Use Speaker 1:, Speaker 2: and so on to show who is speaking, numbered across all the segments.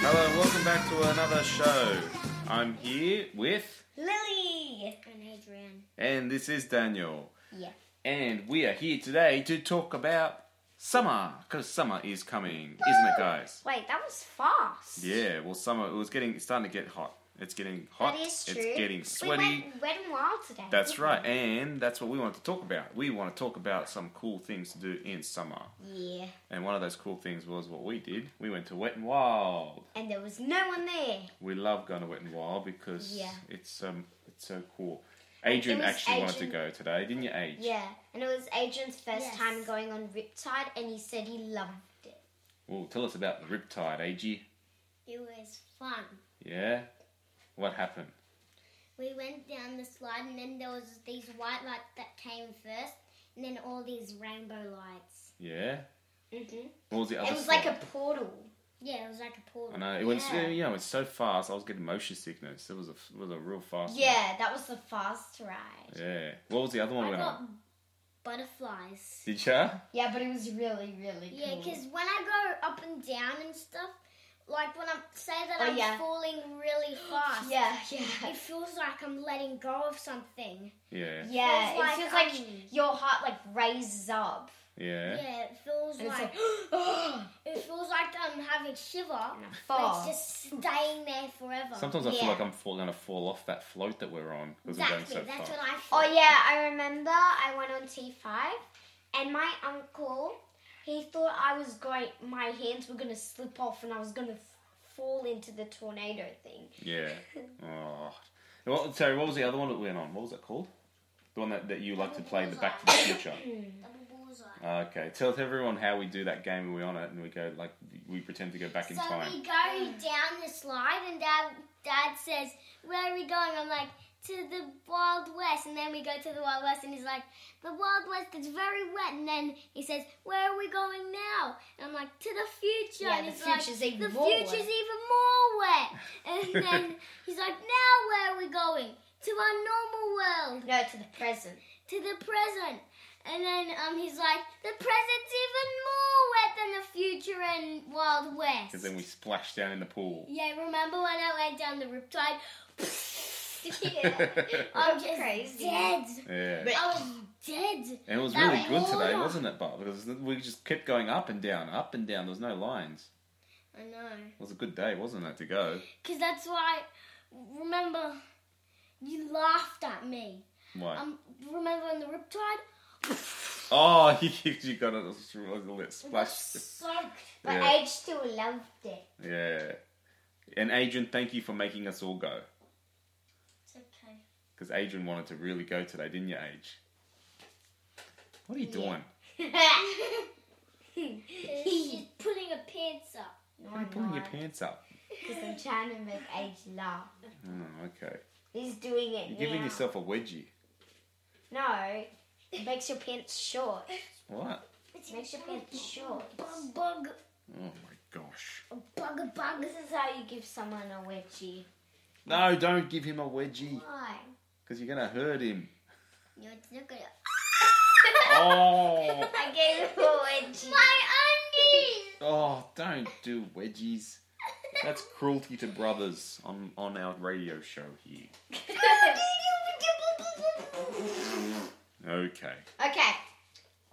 Speaker 1: welcome back to another show. I'm here with,
Speaker 2: Lily!
Speaker 3: And Adrian.
Speaker 1: and this is Daniel,
Speaker 2: Yeah.
Speaker 1: and we are here today to talk about summer because summer is coming, isn't it, guys?
Speaker 3: Wait, that was fast.
Speaker 1: Yeah. Well, summer it was getting it's starting to get hot. It's getting hot.
Speaker 3: That is true.
Speaker 1: It's getting sweaty.
Speaker 3: We went wet and wild today.
Speaker 1: That's right, and that's what we want to talk about. We want to talk about some cool things to do in summer.
Speaker 3: Yeah.
Speaker 1: And one of those cool things was what we did. We went to Wet and Wild.
Speaker 3: And there was no one there.
Speaker 1: We love going to Wet and Wild because
Speaker 3: Yeah.
Speaker 1: it's um it's so cool. Adrian
Speaker 3: was
Speaker 1: actually wanted to
Speaker 3: Adrian-
Speaker 1: go today, didn't you, Age?
Speaker 3: Yeah. And it was Adrian's first
Speaker 2: Yes.
Speaker 3: time going on Riptide, and he said he loved it.
Speaker 1: Well, tell us about the Riptide, Age.
Speaker 2: It was fun.
Speaker 1: Yeah? What happened?
Speaker 2: We went down the slide and then there was these white lights that came first and then all these rainbow lights.
Speaker 1: Yeah?
Speaker 3: Mm-hmm.
Speaker 1: What was the other
Speaker 3: It was like
Speaker 1: slide?
Speaker 3: a portal.
Speaker 2: Yeah, it was like a portal.
Speaker 1: I know it went.
Speaker 3: Yeah.
Speaker 1: You know, it's so fast. I was getting motion sickness. It was a it was a real fast. one.
Speaker 3: Yeah, that was the fast ride.
Speaker 1: Yeah. What was the other one?
Speaker 2: I
Speaker 1: we went
Speaker 2: got
Speaker 1: on?
Speaker 2: butterflies.
Speaker 1: Did ya?
Speaker 3: Yeah, but it was really, really cool.
Speaker 2: Yeah, because when I go up and down and stuff, like when I say that
Speaker 3: Oh,
Speaker 2: I'm
Speaker 3: yeah.
Speaker 2: falling really fast,
Speaker 3: Yeah,
Speaker 2: it
Speaker 3: yeah.
Speaker 2: feels like I'm letting go of something.
Speaker 1: Yeah.
Speaker 3: Yeah,
Speaker 2: Feels
Speaker 3: it feels
Speaker 2: like,
Speaker 3: like
Speaker 2: um,
Speaker 3: your heart like raises up.
Speaker 1: Yeah.
Speaker 2: Yeah, it feels
Speaker 3: And it's
Speaker 2: like
Speaker 3: like, oh,
Speaker 2: it feels like I'm having shiver.
Speaker 3: and I
Speaker 2: But it's
Speaker 3: fall.
Speaker 2: just staying there forever.
Speaker 1: Sometimes I feel
Speaker 3: Yeah.
Speaker 1: like I'm fall, gonna fall off that float that we're on because
Speaker 2: exactly,
Speaker 1: we're going so
Speaker 2: that's
Speaker 1: fast.
Speaker 2: what I feel.
Speaker 3: Oh yeah, I remember I went on T five and my uncle he thought I was going my hands were gonna slip off and I was gonna f- fall into the tornado thing.
Speaker 1: Yeah. Oh. Well, sorry. What was the other one that we went on? What was it called? The one that, that you like to play, the Back to the Future. Ah,
Speaker 2: Double bullseye.
Speaker 1: Okay. Tell everyone how we do that game. and We're on it, and we go like we pretend to go back in
Speaker 2: So
Speaker 1: time.
Speaker 2: we go
Speaker 3: Mm.
Speaker 2: down the slide, and Dad, Dad says, "Where are we going?" I'm like, "To the Wild West." And then we go to the Wild West, and he's like, "The Wild West is very wet." And then he says, "Where are we going now?" And I'm like, "To the future."
Speaker 3: Yeah,
Speaker 2: and
Speaker 3: the
Speaker 2: he's
Speaker 3: future's
Speaker 2: like,
Speaker 3: even
Speaker 2: "The
Speaker 3: more
Speaker 2: future's
Speaker 3: wet."
Speaker 2: even more wet." And then he's like, "Now where are we going?" To our normal world.
Speaker 3: No, to the present.
Speaker 2: to the present. And then um, he's like, the present's even more wet than the future in Wild West.
Speaker 1: Because then we splash down in the pool.
Speaker 2: Yeah, remember when I went down the riptide?
Speaker 3: Yeah.
Speaker 2: I'm
Speaker 3: That's
Speaker 2: just
Speaker 3: crazy.
Speaker 2: dead.
Speaker 1: Yeah.
Speaker 3: But-
Speaker 2: I was dead.
Speaker 1: And it was
Speaker 2: That Oh.
Speaker 1: really good
Speaker 2: was
Speaker 1: today,
Speaker 2: awesome.
Speaker 1: wasn't it, Bob? Because we just kept going up and down, up and down. There was no lines.
Speaker 2: I know.
Speaker 1: It was a good day, wasn't it, to go?
Speaker 2: Because that's why, remember, you laughed at me.
Speaker 1: Why?
Speaker 2: Um, remember on the riptide?
Speaker 1: oh, you, you got a little bit splashed.
Speaker 2: Sucked.
Speaker 3: But
Speaker 1: Yeah.
Speaker 3: age still loved it.
Speaker 1: Yeah. And Adrian, thank you for making us all go.
Speaker 2: It's okay.
Speaker 1: Because Adrian wanted to really go today, didn't you, Age? What are you doing?
Speaker 2: She's putting her pants up.
Speaker 3: No,
Speaker 1: Why are you pulling your
Speaker 3: not,
Speaker 1: pants up?
Speaker 3: Because I'm trying to make age laugh.
Speaker 1: Oh, okay.
Speaker 3: He's doing it
Speaker 1: You're giving
Speaker 3: now.
Speaker 1: yourself a wedgie.
Speaker 3: No, it makes your pants short.
Speaker 1: What?
Speaker 3: Makes your pants short.
Speaker 2: Bug, bug,
Speaker 1: Oh my gosh.
Speaker 2: bug, bug.
Speaker 3: This is how you give someone a wedgie.
Speaker 1: No, don't give him a wedgie.
Speaker 3: Why?
Speaker 1: Because you're going to hurt him.
Speaker 2: No, it's not gonna.
Speaker 1: Oh.
Speaker 3: I gave him a wedgie.
Speaker 2: My undies!
Speaker 1: Oh, don't do wedgies. That's cruelty to brothers on, on our radio show here. Okay.
Speaker 3: okay,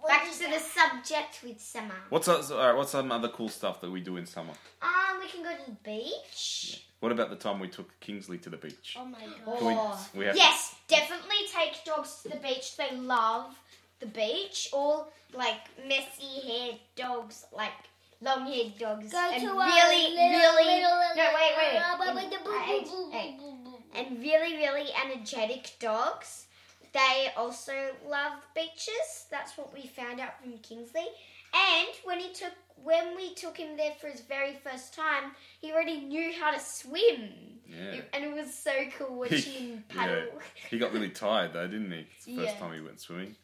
Speaker 2: Back
Speaker 3: back to the subject with summer.
Speaker 1: What's us- all right, what's some other cool stuff that we do in summer?
Speaker 3: Um, we can go to the beach.
Speaker 1: What about the time we took Kingsley to the beach?
Speaker 2: Oh my god.
Speaker 1: Can we-
Speaker 3: Or
Speaker 1: we have-
Speaker 3: yes, definitely take dogs to the beach. They love the beach. All like messy haired dogs, like long haired dogs,
Speaker 2: Go
Speaker 3: and
Speaker 2: to a
Speaker 3: really,
Speaker 2: little,
Speaker 3: really
Speaker 2: little, little,
Speaker 3: no, wait, wait,
Speaker 2: little,
Speaker 3: wait.
Speaker 2: little,
Speaker 3: I-
Speaker 2: boo, boo, boo,
Speaker 3: I-
Speaker 2: boo, boo, boo.
Speaker 3: and really, really energetic dogs. They also love beaches. That's what we found out from Kingsley. And when he took when we took him there for his very first time, he already knew how to swim.
Speaker 1: Yeah.
Speaker 3: And it was so cool watching him paddle.
Speaker 1: He got really tired though, didn't he? It's the first
Speaker 3: Yeah.
Speaker 1: time he went swimming.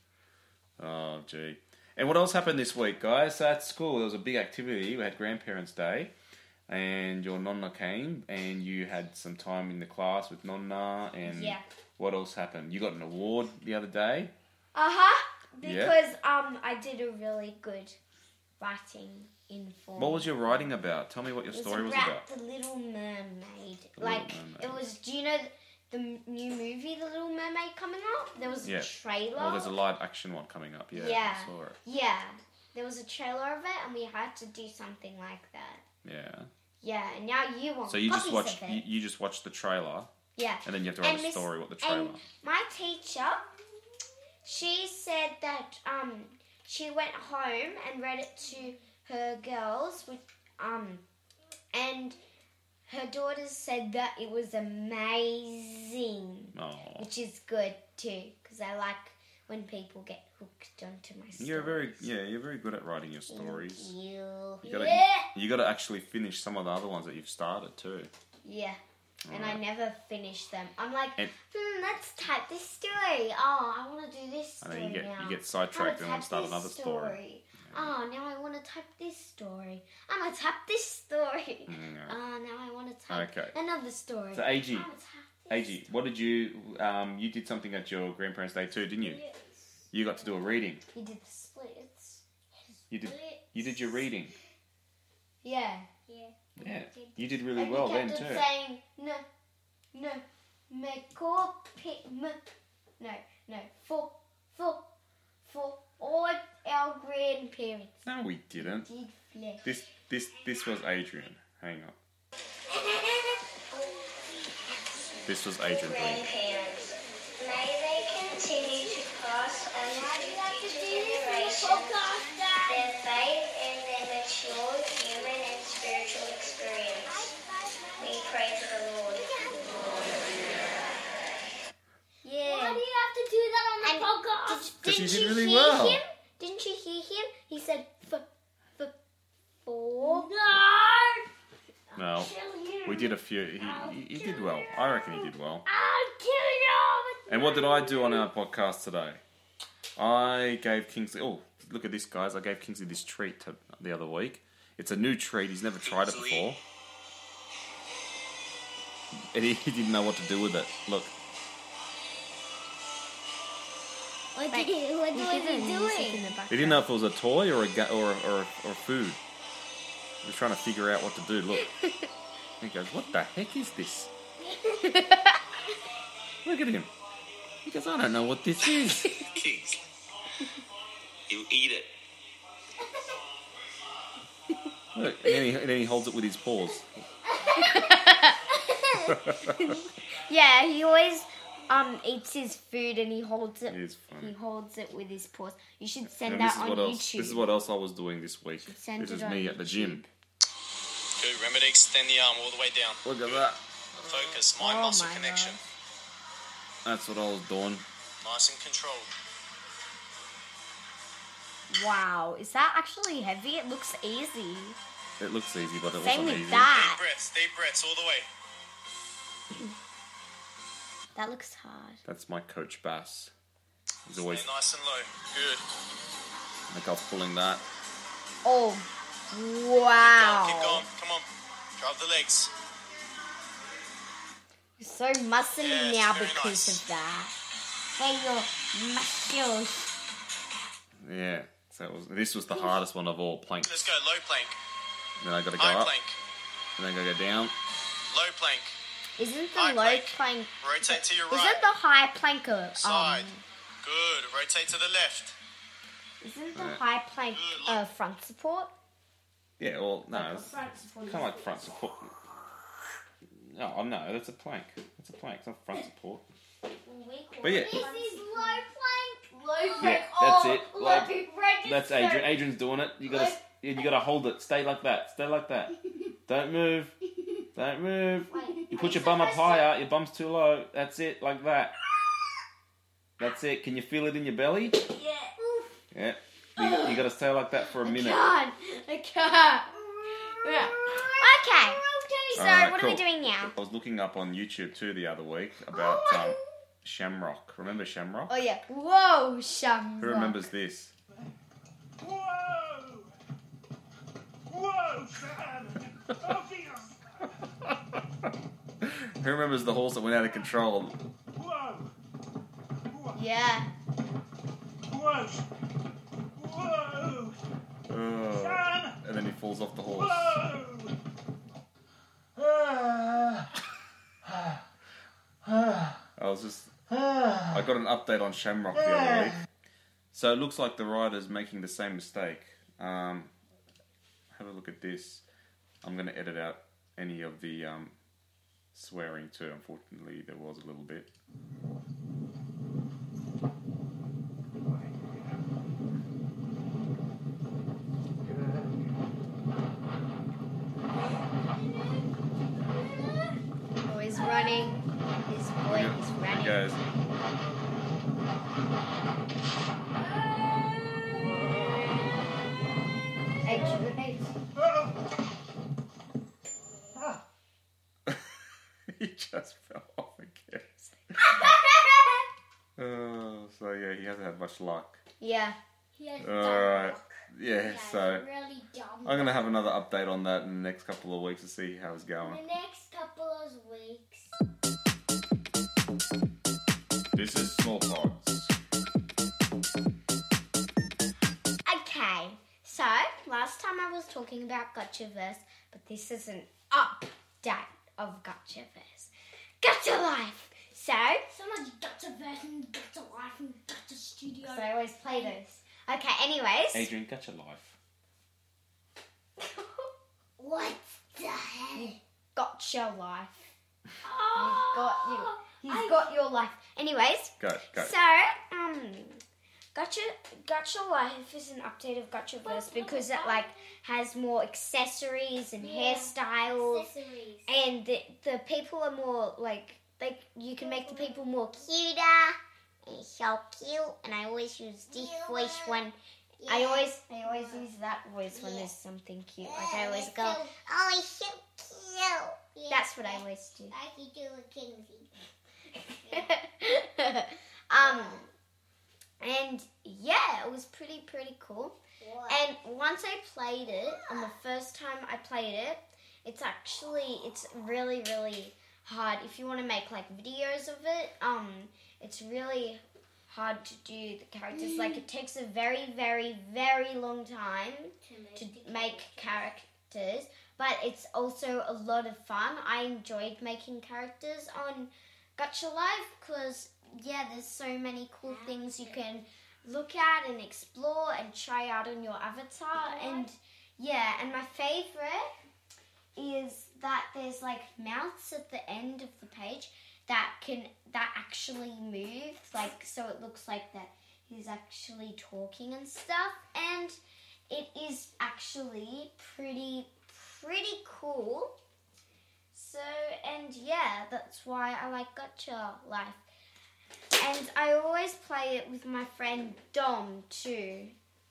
Speaker 1: Oh, gee. And what else happened this week, guys? So at school, there was a big activity. We had Grandparents' Day, and your nonna came, and you had some time in the class with nonna. And
Speaker 3: Yeah.
Speaker 1: what else happened? You got an award the other day.
Speaker 3: Uh huh.
Speaker 1: Yeah.
Speaker 3: Because um I did a really good writing in form.
Speaker 1: What was your writing about? Tell me what your
Speaker 3: It was
Speaker 1: story was
Speaker 3: about
Speaker 1: about.
Speaker 3: the Little Mermaid.
Speaker 1: The Little
Speaker 3: like it
Speaker 1: Mermaid.
Speaker 3: was. Do you know the m- new movie, The Little Mermaid, coming out? There was
Speaker 1: Yeah.
Speaker 3: a trailer.
Speaker 1: Well, Oh, there's a live action one coming up. Yeah,
Speaker 3: Yeah.
Speaker 1: I saw it.
Speaker 3: yeah, there was a trailer of it, and we had to do something like that.
Speaker 1: Yeah.
Speaker 3: Yeah, and now you want.
Speaker 1: So you just
Speaker 3: Oh, copies
Speaker 1: watch
Speaker 3: of it.
Speaker 1: you, you just watch the trailer,
Speaker 3: yeah.
Speaker 1: and then you have to write
Speaker 3: And
Speaker 1: a
Speaker 3: this-
Speaker 1: story what the trailer.
Speaker 3: And my teacher, she said that um, she went home and read it to her girls, with, um, and her daughters said that it was amazing,
Speaker 1: Oh,
Speaker 3: which is good too, because I like when people get hooked onto my stories.
Speaker 1: you're very yeah, you're very good at writing your
Speaker 3: Thank
Speaker 1: stories.
Speaker 3: you.
Speaker 1: You gotta
Speaker 2: Yeah.
Speaker 1: you gotta actually finish some of the other ones that you've started too. Mm.
Speaker 3: Yeah. And I
Speaker 1: Alright.
Speaker 3: never finish them. I'm like,
Speaker 1: And-
Speaker 3: hmm, let's type this story. Oh, I want to do this
Speaker 1: And
Speaker 3: story
Speaker 1: then you get
Speaker 3: now.
Speaker 1: you get
Speaker 3: I'm gonna
Speaker 1: sidetracked and then
Speaker 3: type
Speaker 1: start
Speaker 3: this
Speaker 1: another story.
Speaker 3: Oh, now I want to type this story. I'm gonna type this story.
Speaker 1: Mm, yeah.
Speaker 3: Oh, now I want to type
Speaker 1: Okay.
Speaker 3: another story.
Speaker 1: So AG,
Speaker 3: I'm gonna type this
Speaker 1: AG, what did you um you did something at your grandparents' day too, didn't you? You got to do a reading.
Speaker 3: You did the splits.
Speaker 1: You did you did your reading.
Speaker 3: Yeah.
Speaker 1: Yeah, you did really
Speaker 3: and
Speaker 1: well
Speaker 3: you
Speaker 1: then
Speaker 3: kept on
Speaker 1: too.
Speaker 3: saying no, no, me copy, m, no, no, for, for, for all our grandparents.
Speaker 1: No, we didn't.
Speaker 3: Did flip.
Speaker 1: This this this was Adrian. Hang on. This was Adrian. Doing.
Speaker 4: grandparents. May they continue to pass on to future
Speaker 2: Oh
Speaker 4: generations their faith and their matured human and spiritual experience. We pray to the Lord.
Speaker 2: Why
Speaker 3: Yeah.
Speaker 2: do you have to do that on the
Speaker 3: And
Speaker 2: podcast?
Speaker 1: Because you
Speaker 3: Didn't
Speaker 1: did
Speaker 3: you
Speaker 1: really
Speaker 3: hear
Speaker 1: well.
Speaker 3: him? Didn't you hear him? He said f, f,
Speaker 2: Oh
Speaker 3: for.
Speaker 2: No!
Speaker 1: No,
Speaker 2: Kill you.
Speaker 1: we did a few. He, he, he did well. I reckon he did well.
Speaker 2: I'll kill you!
Speaker 1: And what did I do on our podcast today? I gave Kingsley. Oh, look at this, guys! I gave Kingsley this treat to, the other week. It's a new treat. He's never tried it before, and he, he didn't know what to do with it. Look,
Speaker 2: What did he, what was he doing?
Speaker 1: he didn't know if it was a toy or a ga- or a- or, a- or food. He was trying to figure out what to do. Look, he goes, "What the heck is this?" Look at him. He goes, "I don't know what this is."
Speaker 5: Kings. You eat it.
Speaker 1: Look, and then, he, and then he holds it with his paws.
Speaker 3: Yeah, he always um eats his food and he holds it.
Speaker 1: It is
Speaker 3: He
Speaker 1: funny.
Speaker 3: holds it with his paws. You should send
Speaker 1: And
Speaker 3: that
Speaker 1: this is
Speaker 3: on
Speaker 1: what
Speaker 3: YouTube.
Speaker 1: else. This is what else I was doing this week.
Speaker 3: send
Speaker 1: This
Speaker 3: it
Speaker 1: is
Speaker 3: on
Speaker 1: me at the gym.
Speaker 5: Good. Remember to extend the arm all the way down.
Speaker 1: Look at that.
Speaker 5: Focus, mind
Speaker 3: Oh
Speaker 5: muscle
Speaker 3: my
Speaker 5: connection.
Speaker 1: That's what I was doing.
Speaker 5: Nice and controlled.
Speaker 3: Wow, is that actually heavy? It looks easy.
Speaker 1: It looks easy, but it
Speaker 3: Same
Speaker 1: wasn't
Speaker 3: with
Speaker 1: easy.
Speaker 5: Deep
Speaker 3: that.
Speaker 5: breaths, deep breaths all the way.
Speaker 3: That looks hard.
Speaker 1: That's my coach Bass. He's
Speaker 5: Stay
Speaker 1: always
Speaker 5: nice and low. Good.
Speaker 1: like I was pulling that.
Speaker 3: Oh,
Speaker 5: Keep
Speaker 3: wow.
Speaker 5: going. Come on. Drive the legs.
Speaker 3: So muscly
Speaker 5: Yes,
Speaker 3: now
Speaker 5: very
Speaker 3: because
Speaker 5: nice.
Speaker 3: of that. Hey, your muscles.
Speaker 1: Yeah. So it was, this was the hardest one of all. Plank.
Speaker 5: Let's go. Low plank.
Speaker 1: Then I got to go
Speaker 5: High
Speaker 1: up.
Speaker 5: plank.
Speaker 1: And then I got to go down.
Speaker 5: Low plank.
Speaker 3: Isn't the
Speaker 5: High
Speaker 3: low
Speaker 5: plank.
Speaker 3: plank?
Speaker 5: Rotate to your right.
Speaker 3: Isn't the high plank a um?
Speaker 5: Side. Good. Rotate to the left.
Speaker 3: Isn't the
Speaker 1: Alright.
Speaker 3: high plank
Speaker 5: Good.
Speaker 3: a front support?
Speaker 1: Yeah. Well, no. It's kind
Speaker 3: support.
Speaker 1: of like front support. No, no, that's a plank. That's a plank. It's not front support. But yeah,
Speaker 2: This is low plank. Oh, Low
Speaker 1: yeah, that's it. Like, That's Adrian. Adrian's doing it. You gotta,
Speaker 2: Like-
Speaker 1: you gotta hold it. Stay like that. Stay like that. Don't move. Don't move. You put your bum up higher. Your bum's too low. That's it. Like that. That's it. Can you feel it in your belly? Yeah. You, you gotta stay like that for a minute.
Speaker 3: God, I can't. Yeah. Okay. So
Speaker 1: Alright,
Speaker 3: what are we
Speaker 1: cool.
Speaker 3: doing now?
Speaker 1: I was looking up on YouTube too the other week about um, Shamrock. Remember Shamrock?
Speaker 3: Oh yeah. Whoa, Shamrock.
Speaker 1: Who remembers this?
Speaker 6: Whoa! Whoa, Sam! Off here!
Speaker 1: Who remembers the horse that went out of control?
Speaker 6: Whoa! Whoa!
Speaker 3: Yeah.
Speaker 6: Whoa! Whoa!
Speaker 1: Oh. falls off the horse.
Speaker 6: Whoa! Uh, Ah. Ah.
Speaker 1: I was just
Speaker 6: Ah.
Speaker 1: I got an update on Shamrock the other week. So it looks like the rider's making the same mistake. Um, have a look at this. I'm going to edit out any of the um, swearing too. Unfortunately, there was a little bit.
Speaker 3: Oh, he's running. This boy
Speaker 1: Here
Speaker 3: is
Speaker 1: it
Speaker 3: running.
Speaker 1: goes.
Speaker 3: Hey, Jude.
Speaker 6: Oh. Ah.
Speaker 1: he just fell off again. Oh, so yeah, he hasn't had much luck.
Speaker 3: yeah.
Speaker 2: Yes,
Speaker 1: All right. Yeah,
Speaker 2: That's
Speaker 1: so
Speaker 2: really dumb.
Speaker 1: I'm gonna have another update on that in the next couple of weeks to see how it's going.
Speaker 2: The next couple of weeks.
Speaker 1: This is small pods.
Speaker 3: Okay. So last time I was talking about Gotchaverse, but this is an update of Gotchaverse. Gotcha life. So
Speaker 2: So much gutter version, gutter life, and gutter studio.
Speaker 3: So I always play those. Okay. Anyways.
Speaker 1: Adrian, got your life.
Speaker 2: what the hell?
Speaker 3: Gotcha life.
Speaker 2: Oh,
Speaker 3: Got you. He's
Speaker 2: I-
Speaker 3: got your life. Anyways.
Speaker 1: Go, go.
Speaker 3: So, um, Gotcha, Gotcha Life is an update of Gotcha Verse because it like has more accessories and
Speaker 2: Yeah.
Speaker 3: hairstyles,
Speaker 2: Accessories.
Speaker 3: and the, the people are more like like you can make the people more cuter. It's so cute, and I always use this voice when I always I always use that voice when there's something cute. Like I always go, "Oh, it's so cute." That's what I always do.
Speaker 2: I could do a Kinsey.
Speaker 3: um, and yeah, it was pretty pretty cool. And once I played it, and the first time I played it, it's actually it's really really hard. If you want to make like videos of it, um, it's really hard to do the characters. Like it takes a very very very long time to make characters, but it's also a lot of fun. I enjoyed making characters on Gotcha Live because, yeah, there's so many cool things you can look at and explore and try out on your avatar. And, yeah, and my favorite is that there's like mouths at the end of the page that can that actually move like so it looks like that he's actually talking and stuff and it is actually pretty pretty cool so and yeah that's why i like gotcha life and i always play it with my friend dom too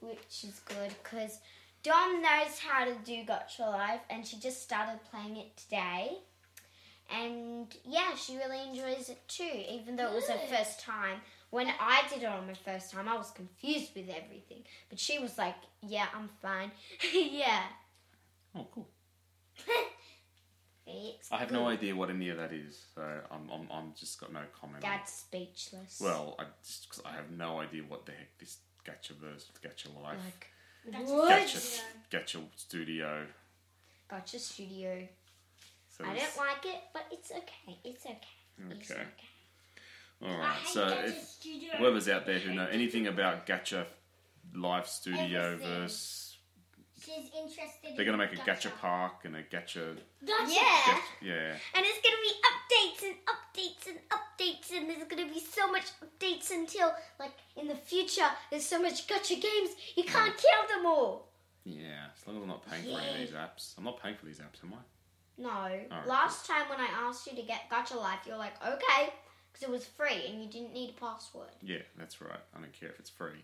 Speaker 3: which is good because dom knows how to do gotcha life and she just started playing it today and yeah she really enjoys it too even though it was her first time when i did it on my first time i was confused with everything but she was like yeah i'm fine yeah
Speaker 1: Oh, cool.
Speaker 3: It's
Speaker 1: I have no
Speaker 3: good.
Speaker 1: idea what any of that is, so I'm, I'm, I'm just got no comment. on it.
Speaker 3: Dad's speechless.
Speaker 1: Well, I just 'cause I have no idea what the heck this Gacha verse, Gacha life,
Speaker 3: like,
Speaker 1: Gacha, Gacha studio.
Speaker 3: gotcha studio.
Speaker 1: So
Speaker 3: I
Speaker 1: it's-
Speaker 3: don't like it, but it's okay. It's okay. It's
Speaker 1: Okay.
Speaker 3: okay.
Speaker 1: all right. So if
Speaker 2: studio.
Speaker 1: whoever's out there who know anything about Gacha life studio
Speaker 2: Everything.
Speaker 1: verse,
Speaker 2: She's interested.
Speaker 1: they're gonna make a
Speaker 2: gacha
Speaker 1: Gacha park and a Gacha.
Speaker 2: Gacha.
Speaker 3: Yeah.
Speaker 1: Gacha- yeah.
Speaker 3: And it's gonna be updates and updates and updates, and there's gonna be so much updates until, like, in the future, there's so much gotcha games, you can't count them all.
Speaker 1: Yeah. As long as I'm not paying for any of these apps, I'm not paying for these apps, am I?
Speaker 3: No.
Speaker 1: right,
Speaker 3: Last time when I asked you to get Gotcha Life, you were like, okay, because it was free and you didn't need a password.
Speaker 1: Yeah, that's right. I don't care if it's free.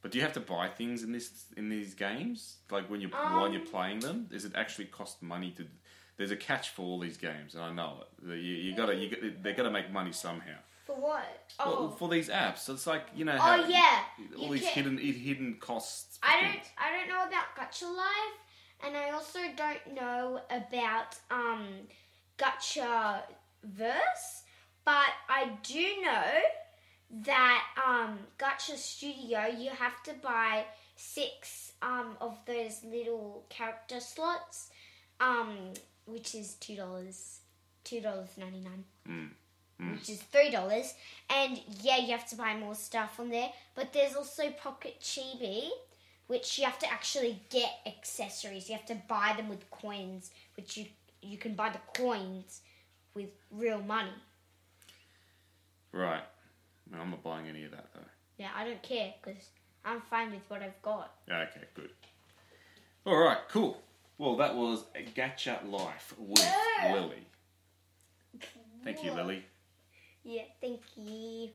Speaker 1: But do you have to buy things in this in these games? Like when you are while you're
Speaker 3: Um,
Speaker 1: playing them, does it actually cost money to? There's a catch for all these games, and I know it. The- You, you gotta, you, gotta- they gotta make money somehow.
Speaker 3: For what?
Speaker 1: Well,
Speaker 3: Oh.
Speaker 1: for these apps, so it's like you know how
Speaker 3: Oh yeah,
Speaker 1: all
Speaker 3: You
Speaker 1: these
Speaker 3: can-
Speaker 1: hidden hidden costs. for
Speaker 3: I don't
Speaker 1: things.
Speaker 3: I don't know about Gotcha Life, and I also don't know about um Gotcha Verse, but I do know that um Gotcha Studio you have to buy six um, of those little character slots, um, which is two dollars, two dollars ninety nine. Which is three dollars, and yeah, you have to buy more stuff on there. But there's also Pocket Chibi, which you have to actually get accessories. You have to buy them with coins, which you you can buy the coins with real money.
Speaker 1: Right. No, I'm not buying any of that though.
Speaker 3: Yeah, I don't care because I'm fine with what I've got.
Speaker 1: Yeah, Okay, good. All right, cool. Well, that was Gacha Life with Lily. Thank you, Lily.
Speaker 3: Yeah, thank you.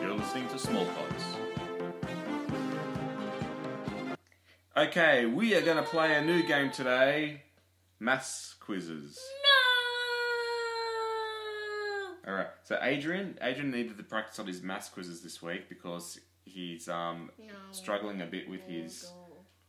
Speaker 1: You're listening to Small Pots. Okay, we are going to play a new game today maths quizzes. No! Alright, so Adrian, Adrian needed to practice on his maths quizzes this week because he's um, struggling a bit with his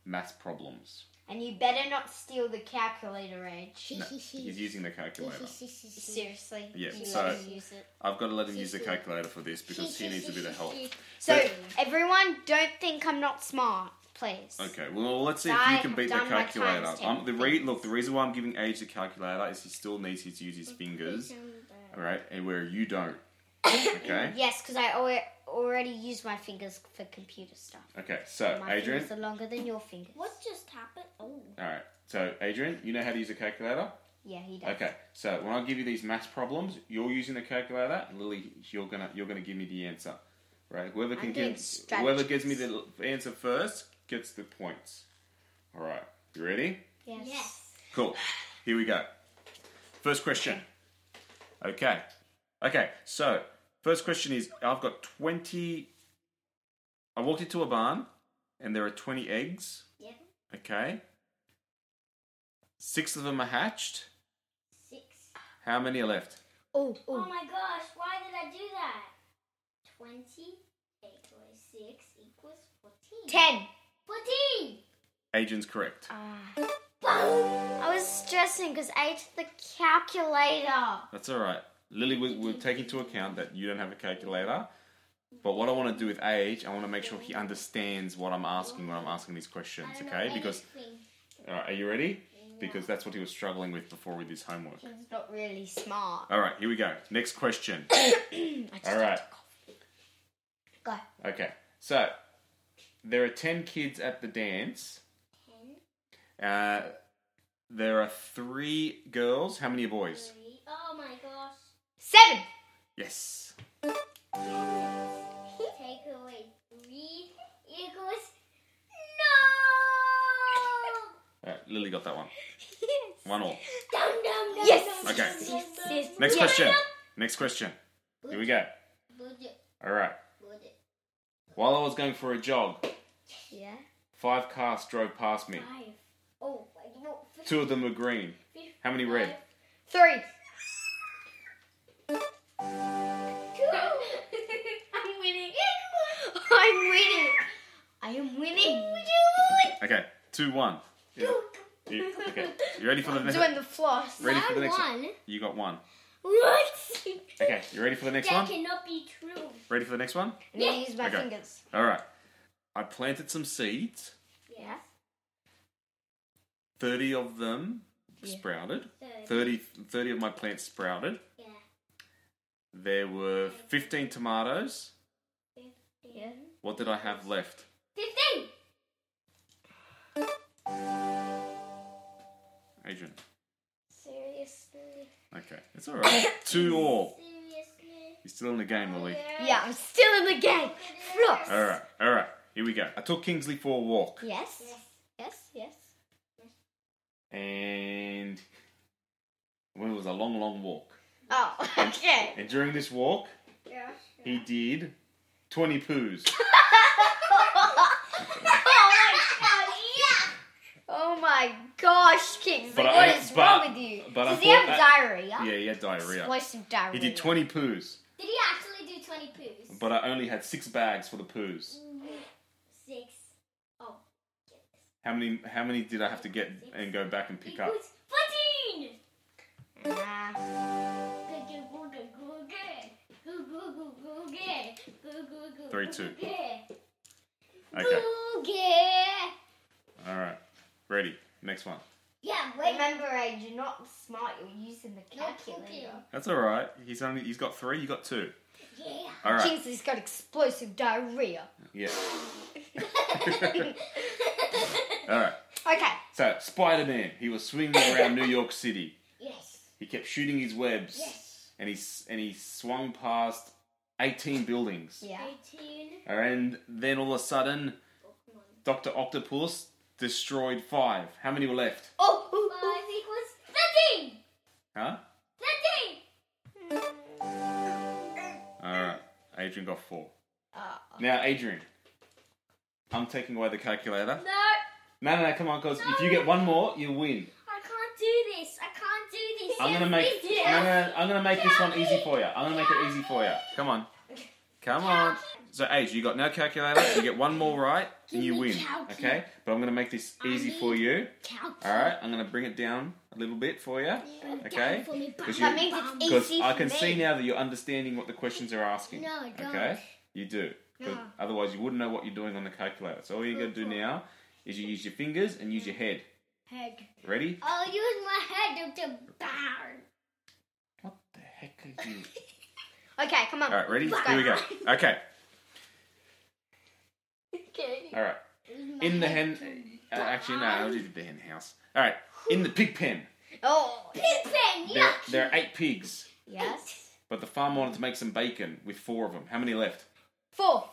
Speaker 1: maths problems.
Speaker 3: And you better not steal the calculator, Edge.
Speaker 1: No, he's using the calculator.
Speaker 3: Seriously.
Speaker 1: Yeah,
Speaker 3: you
Speaker 1: so-
Speaker 3: better use it.
Speaker 1: I've got to let him use the calculator for this because he needs a bit of help.
Speaker 3: So
Speaker 1: But-
Speaker 3: everyone, don't think I'm not smart, please.
Speaker 1: Okay, well, let's see if
Speaker 3: I
Speaker 1: you can
Speaker 3: have
Speaker 1: beat the
Speaker 3: done my
Speaker 1: calculator.
Speaker 3: times
Speaker 1: Um, the
Speaker 3: taking
Speaker 1: re-
Speaker 3: things.
Speaker 1: look, the reason why I'm giving Age the calculator is he still needs to use his fingers, all right, and where you don't. Okay?
Speaker 3: Yes, because I alre- already use my fingers for computer stuff.
Speaker 1: Okay, so, Uh,
Speaker 3: My
Speaker 1: Adrian.
Speaker 3: fingers are longer than your fingers.
Speaker 2: What just happened? Oh.
Speaker 1: All right, so, Adrian, you know how to use a calculator?
Speaker 3: Yeah, he does.
Speaker 1: Okay, so when I give you these maths problems, you're using the calculator, and Lily, you're gonna you're gonna give me the answer, right? Whoever can
Speaker 3: I'm doing
Speaker 1: give whoever
Speaker 3: strategies.
Speaker 1: gives me the l- answer first gets the points. All right, you ready?
Speaker 3: Yes.
Speaker 2: Yes.
Speaker 1: Cool. Here we go. First question. Okay. Okay. So, first question is I've got 20. I walked into a barn and there are 20 eggs.
Speaker 2: Yeah.
Speaker 1: Okay. Six of them are hatched.
Speaker 2: Six.
Speaker 1: How many are left?
Speaker 3: Oh,
Speaker 2: Oh
Speaker 3: oh.
Speaker 2: my gosh, why did I do that? 20 equals 6 equals 14.
Speaker 3: Ten.
Speaker 2: 14!
Speaker 1: Agent's correct.
Speaker 3: I was stressing because I ate the calculator.
Speaker 1: That's all right. Lily, we, we'll take into account that you don't have a calculator. But what I want to do with age, I want to make sure he understands what I'm asking when I'm asking these questions,
Speaker 2: I don't know
Speaker 1: okay? Because
Speaker 2: anything.
Speaker 1: All right, are you ready? Because that's what he was struggling with before with his homework.
Speaker 3: He's not really smart.
Speaker 1: All right, here we go. Next question.
Speaker 3: Hmm, I just
Speaker 1: All right.
Speaker 3: Go.
Speaker 1: Okay. So there are ten kids at the dance. Uh, there are three girls. How many are boys?
Speaker 2: Three. Oh my gosh.
Speaker 3: Seven.
Speaker 1: Yes.
Speaker 2: Take away 3 equals. No!
Speaker 1: All right, Lily got that one. One all.
Speaker 2: Dum dum dum.
Speaker 3: Yes.
Speaker 2: dum,
Speaker 1: Okay.
Speaker 2: dum, dum, dum.
Speaker 3: Yes.
Speaker 1: Next
Speaker 3: Yeah.
Speaker 1: question. Next question. Here we go.
Speaker 2: Good it,
Speaker 1: All right.
Speaker 2: good it.
Speaker 1: While I was going for a jog,
Speaker 3: Yeah.
Speaker 1: five cars drove past me.
Speaker 2: Five. Oh, I don't fifty.
Speaker 1: Two of them were green. How many red?
Speaker 3: Three.
Speaker 2: I'm winning.
Speaker 3: I'm winning. I am winning.
Speaker 1: Okay. Two one. Yeah. You, okay. You ready for the next?
Speaker 3: Doing the floss.
Speaker 1: Ready for the
Speaker 2: I
Speaker 1: next one?
Speaker 2: won.
Speaker 1: You got one.
Speaker 2: What?
Speaker 1: Okay, you ready for the next
Speaker 2: that
Speaker 1: one?
Speaker 2: cannot be true.
Speaker 1: Ready for the next one?
Speaker 3: And then I use my
Speaker 1: Okay.
Speaker 3: fingers.
Speaker 1: All right. I planted some seeds.
Speaker 2: Yeah.
Speaker 1: 30 of them sprouted. 30, 30 of my plants sprouted.
Speaker 2: Yeah.
Speaker 1: There were 15 tomatoes.
Speaker 2: Yeah.
Speaker 1: What did I have left?
Speaker 2: Fifteen.
Speaker 1: Adrian.
Speaker 2: Seriously.
Speaker 1: Okay, it's all right. Two all.
Speaker 2: Seriously.
Speaker 1: You're still in the game, Lily.
Speaker 3: Yeah, I'm still in the game. Floss.
Speaker 1: All right, all right. Here we go. I took Kingsley for a walk
Speaker 3: Yes. Yes. Yes.
Speaker 1: and well, it was a long, long walk.
Speaker 3: Oh, okay.
Speaker 1: And during this walk,
Speaker 2: Yeah.
Speaker 1: he did 20 poos.
Speaker 3: Oh my gosh, Kings.
Speaker 1: But
Speaker 3: Like,
Speaker 1: I-
Speaker 3: what is
Speaker 1: but-
Speaker 3: wrong with you?
Speaker 1: but I
Speaker 3: Does he
Speaker 1: thought
Speaker 3: have
Speaker 1: that-
Speaker 3: diarrhea?
Speaker 1: Yeah, he had diarrhea.
Speaker 3: Explosive diarrhea.
Speaker 1: He did 20 poos,
Speaker 2: Did he actually do twenty poos?
Speaker 1: but I only had six bags for the poos.
Speaker 2: Six. Oh.
Speaker 1: How many? How many did I have to get and go back and pick up?
Speaker 2: Equals fourteen.
Speaker 3: Nah.
Speaker 2: Good, good, good, good, good, good, good, good, good, good,
Speaker 1: Three, two.
Speaker 2: Okay.
Speaker 1: Okay. All right. Ready. Next one.
Speaker 2: Yeah, wait.
Speaker 3: Remember, Ray, you're not smart. You're using the
Speaker 2: No
Speaker 3: calculator.
Speaker 2: cooking.
Speaker 1: That's all right. He's only he's got three. You got two.
Speaker 2: Yeah.
Speaker 1: All right.
Speaker 3: Kingsley's got explosive diarrhea.
Speaker 1: Yeah. all right.
Speaker 3: Okay.
Speaker 1: So Spider Man, he was swinging around New York City.
Speaker 2: Yes.
Speaker 1: He kept shooting his webs,
Speaker 2: Yes.
Speaker 1: and he s- and he swung past eighteen buildings.
Speaker 3: Yeah.
Speaker 2: 18.
Speaker 1: And then all of a sudden, Doctor Octopus destroyed five. How many were left?
Speaker 3: Oh, ooh, ooh.
Speaker 2: Five equals 13.
Speaker 1: Huh?
Speaker 2: 13.
Speaker 1: All right. Uh, Adrian got four. Uh,
Speaker 3: Ah.
Speaker 1: Now, Adrian, I'm taking away the calculator.
Speaker 2: No, I
Speaker 1: No, no, no, come on, because if you get one more, you win.
Speaker 2: can't do this. I can't do this.
Speaker 1: I'm gonna make. I'm gonna. I'm gonna make this one easy for you. I'm gonna make it easy for you. Come on. Come on. So, Age, you got no calculator. You get one more right, and you
Speaker 2: me
Speaker 1: win.
Speaker 2: calc.
Speaker 1: Okay. But I'm gonna make this easy for you.
Speaker 2: Count.
Speaker 1: All right. I'm gonna bring it down a little bit for you. Okay.
Speaker 2: For me,
Speaker 1: Because
Speaker 3: That
Speaker 1: you-
Speaker 3: means it's easy
Speaker 1: Because I
Speaker 3: for
Speaker 1: can
Speaker 3: me.
Speaker 1: see now that you're understanding what the questions are asking.
Speaker 2: No, I don't.
Speaker 1: Okay. You do. 'Cause
Speaker 3: No.
Speaker 1: Otherwise, you wouldn't know what you're doing on the calculator. So all you gotta do now is you use your fingers and use your head.
Speaker 2: Head.
Speaker 1: Ready?
Speaker 2: I'll use my head to burn.
Speaker 1: What the heck are you?
Speaker 3: Okay, come on.
Speaker 1: All right, ready? Here we go. Okay.
Speaker 3: Okay.
Speaker 1: All right. In the hen. Uh, actually, no, I'll do the hen house. All right. In the pig pen,
Speaker 3: Oh,
Speaker 2: Pigpen,
Speaker 1: there,
Speaker 2: yuck.
Speaker 1: there are eight pigs,
Speaker 3: yes.
Speaker 1: but the farm wanted to make some bacon with four of them. How many left?
Speaker 3: Four.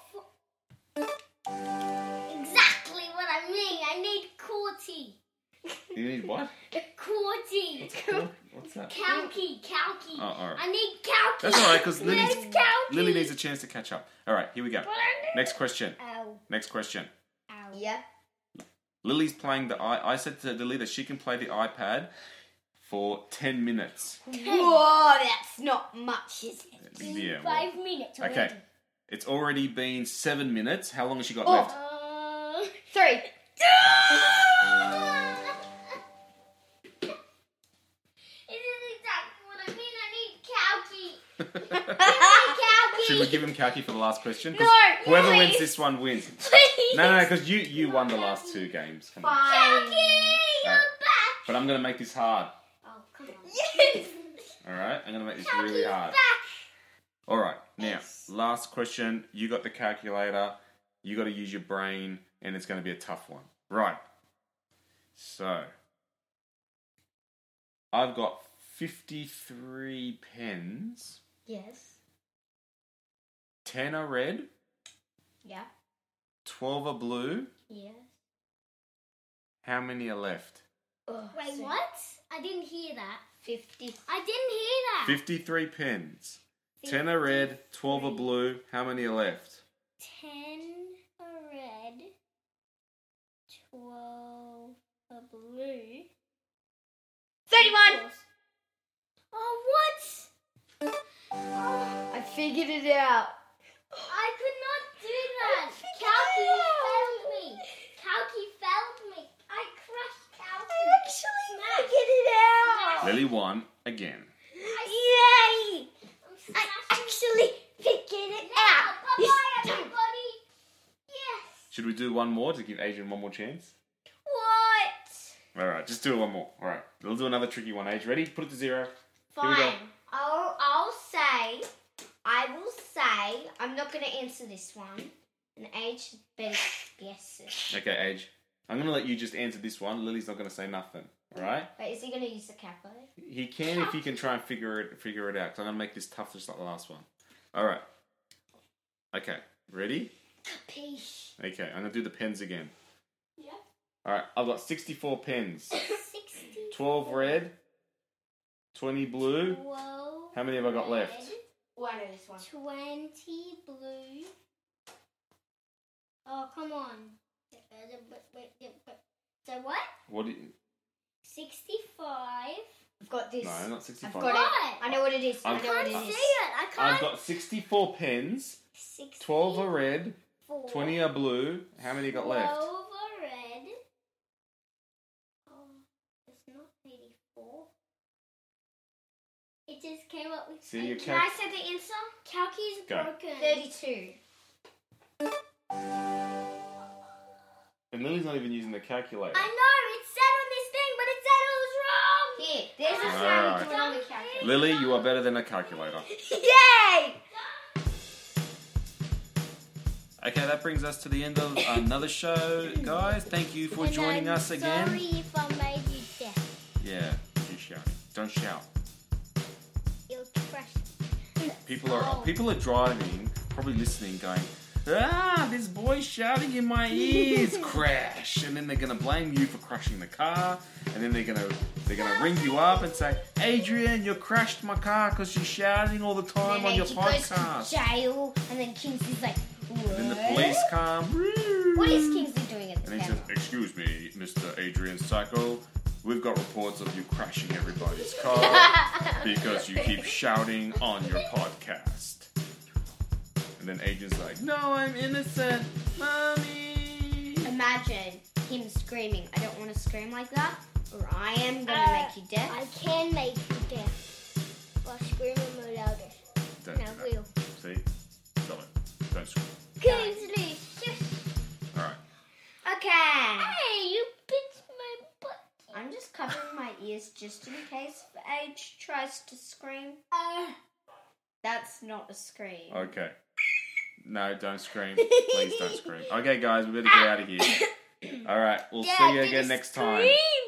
Speaker 2: Exactly what I mean. I need quarty.
Speaker 1: You need what?
Speaker 2: Quarty.
Speaker 1: What's that?
Speaker 2: Calky, calky.
Speaker 1: Oh, all right.
Speaker 2: I need calky.
Speaker 1: That's all right, 'cause
Speaker 2: Where's
Speaker 1: Lily's-
Speaker 2: calky?
Speaker 1: Lily needs a chance to catch up. All right, here we go. Next question.
Speaker 2: Ow,
Speaker 1: Next question.
Speaker 2: ow.
Speaker 3: Yeah.
Speaker 1: Lily's playing the i. I said to Lily that she can play the iPad for ten minutes.
Speaker 3: Whoa, that's not much, is it?
Speaker 1: Yeah. well,
Speaker 2: Five minutes.
Speaker 1: okay.
Speaker 2: already.
Speaker 1: It's already been seven minutes. How long has she got
Speaker 3: Oh.
Speaker 1: left?
Speaker 2: Uh,
Speaker 3: Three.
Speaker 2: This is exactly what I mean. I need calky.
Speaker 1: Should we
Speaker 2: Calky.
Speaker 1: give him Kalki for the last question? 'Cause
Speaker 3: No,
Speaker 1: whoever
Speaker 3: please.
Speaker 1: wins this one wins.
Speaker 2: Please.
Speaker 1: No, no, because you you won the last two games. Come on.
Speaker 3: Five.
Speaker 2: Calky, you're back.
Speaker 1: But I'm gonna make this hard.
Speaker 2: Oh, come on.
Speaker 3: Yes.
Speaker 1: All right, I'm gonna make this
Speaker 2: Calky's
Speaker 1: really hard.
Speaker 2: back.
Speaker 1: All right, now last question. You got the calculator. You got to use your brain, and it's gonna be a tough one. Right. So I've got fifty-three pens.
Speaker 3: Yes.
Speaker 1: Ten are red.
Speaker 3: Yeah.
Speaker 1: Twelve are blue.
Speaker 3: Yes.
Speaker 1: How many are left?
Speaker 3: Oh,
Speaker 2: Wait,
Speaker 3: so
Speaker 2: what? I didn't hear that.
Speaker 3: Fifty.
Speaker 2: I didn't hear that.
Speaker 1: 53 pins. 10 are red, 12 are blue. How many are left?
Speaker 2: Ten are red, twelve are blue.
Speaker 3: Thirty-one.
Speaker 2: Oh, what? Oh,
Speaker 3: I figured it out.
Speaker 2: I could not do that. Kalki failed me. Kalki failed me. I crushed Kalki.
Speaker 3: Actually, figured it out.
Speaker 1: Lily won again.
Speaker 3: Yay!
Speaker 2: I'm
Speaker 3: I
Speaker 2: smashing.
Speaker 3: actually figured it
Speaker 2: Now,
Speaker 3: out.
Speaker 2: bye-bye, everybody. Yes.
Speaker 1: Should we do one more to give Adrian one more chance?
Speaker 3: What?
Speaker 1: All right, just do one more. All right, we'll do another tricky one. Age, ready? Put it to zero. Here we go.
Speaker 3: Fine. I'll, I'll say, I will say, I'm not going to answer this one. And age better guess it.
Speaker 1: Okay, Age. I'm gonna let you just answer this one. Lily's not gonna say nothing. All right?
Speaker 3: Wait, is he going to use the capo?
Speaker 1: He can if he can try and figure it figure it out. Cause I'm gonna make this tough just like the last one. All right. Okay, ready? Okay, I'm gonna do the pens again. Yeah. All right, I've got 64 pens.
Speaker 2: 60.
Speaker 1: 12 red, 20 blue.
Speaker 2: Whoa.
Speaker 1: How many have I got left?
Speaker 3: Oh, I know this one.
Speaker 2: 20 blue. Oh, come on. So what?
Speaker 1: What? Do you,
Speaker 2: 65.
Speaker 3: I've got this.
Speaker 1: no, I'm not
Speaker 3: I've
Speaker 1: 65.
Speaker 3: got it.
Speaker 2: What?
Speaker 3: I know what it is. i
Speaker 1: I'm-
Speaker 3: know what
Speaker 2: I
Speaker 3: it
Speaker 2: can't see
Speaker 3: is.
Speaker 2: it. I
Speaker 1: I've
Speaker 2: can't.
Speaker 1: got 64 pens. 12 are red, 20 are blue. How many got left?
Speaker 2: Over red. Oh, it's not 84. It just came up with.
Speaker 1: See, you
Speaker 2: Can
Speaker 1: can't-
Speaker 2: I say the answer? Calci's
Speaker 1: Go.
Speaker 2: broken.
Speaker 3: 32.
Speaker 1: And Lily's not even using the calculator.
Speaker 2: I know it said on this thing, but it said it was wrong.
Speaker 3: Here, this is how
Speaker 1: Alright.
Speaker 3: you do it on the calculator.
Speaker 1: Lily, you are better than a calculator.
Speaker 3: Yay!
Speaker 1: Okay, that brings us to the end of another show, guys. Thank you for
Speaker 2: And
Speaker 1: joining
Speaker 2: I'm
Speaker 1: us again.
Speaker 2: Sorry if I made you deaf.
Speaker 1: Yeah, you shout. Don't shout.
Speaker 2: You'll crush. me.
Speaker 1: People are
Speaker 2: Oh.
Speaker 1: people are driving, probably listening, going, ah, this boy's shouting in my ears, crash, and then they're gonna blame you for crashing the car, and then they're gonna they're gonna ring you up and say, Adrian, you crashed my car because you're shouting all the time on your
Speaker 2: He goes
Speaker 1: podcast.
Speaker 2: to jail, and then Kingsley's like, what?
Speaker 1: Then the police come.
Speaker 2: What is Kingsley doing at the
Speaker 1: Mm. And he
Speaker 2: camera?
Speaker 1: says, "Excuse me, Mr. Adrian Psycho. We've got reports of you crashing everybody's car because you keep shouting on your podcast." And then Adrian's like, "No, I'm innocent, mommy."
Speaker 3: Imagine him screaming. I don't want to scream like that, or I am gonna
Speaker 2: Uh,
Speaker 3: make you deaf.
Speaker 2: I can make you deaf. Well, scream a little louder.
Speaker 1: Don't
Speaker 2: No,
Speaker 1: do
Speaker 2: we'll.
Speaker 1: that. See? Stop it. Don't scream.
Speaker 2: Kingsley, shush.
Speaker 1: All right.
Speaker 3: Okay.
Speaker 2: Hey, you pinched my butt.
Speaker 3: I'm just covering my ears just in case if Age tries to scream.
Speaker 2: Uh,
Speaker 3: That's not a scream.
Speaker 1: Okay. No, don't scream. Please don't scream. Okay, guys, we better get out of here. All right, we'll see you again next time.
Speaker 2: Scream.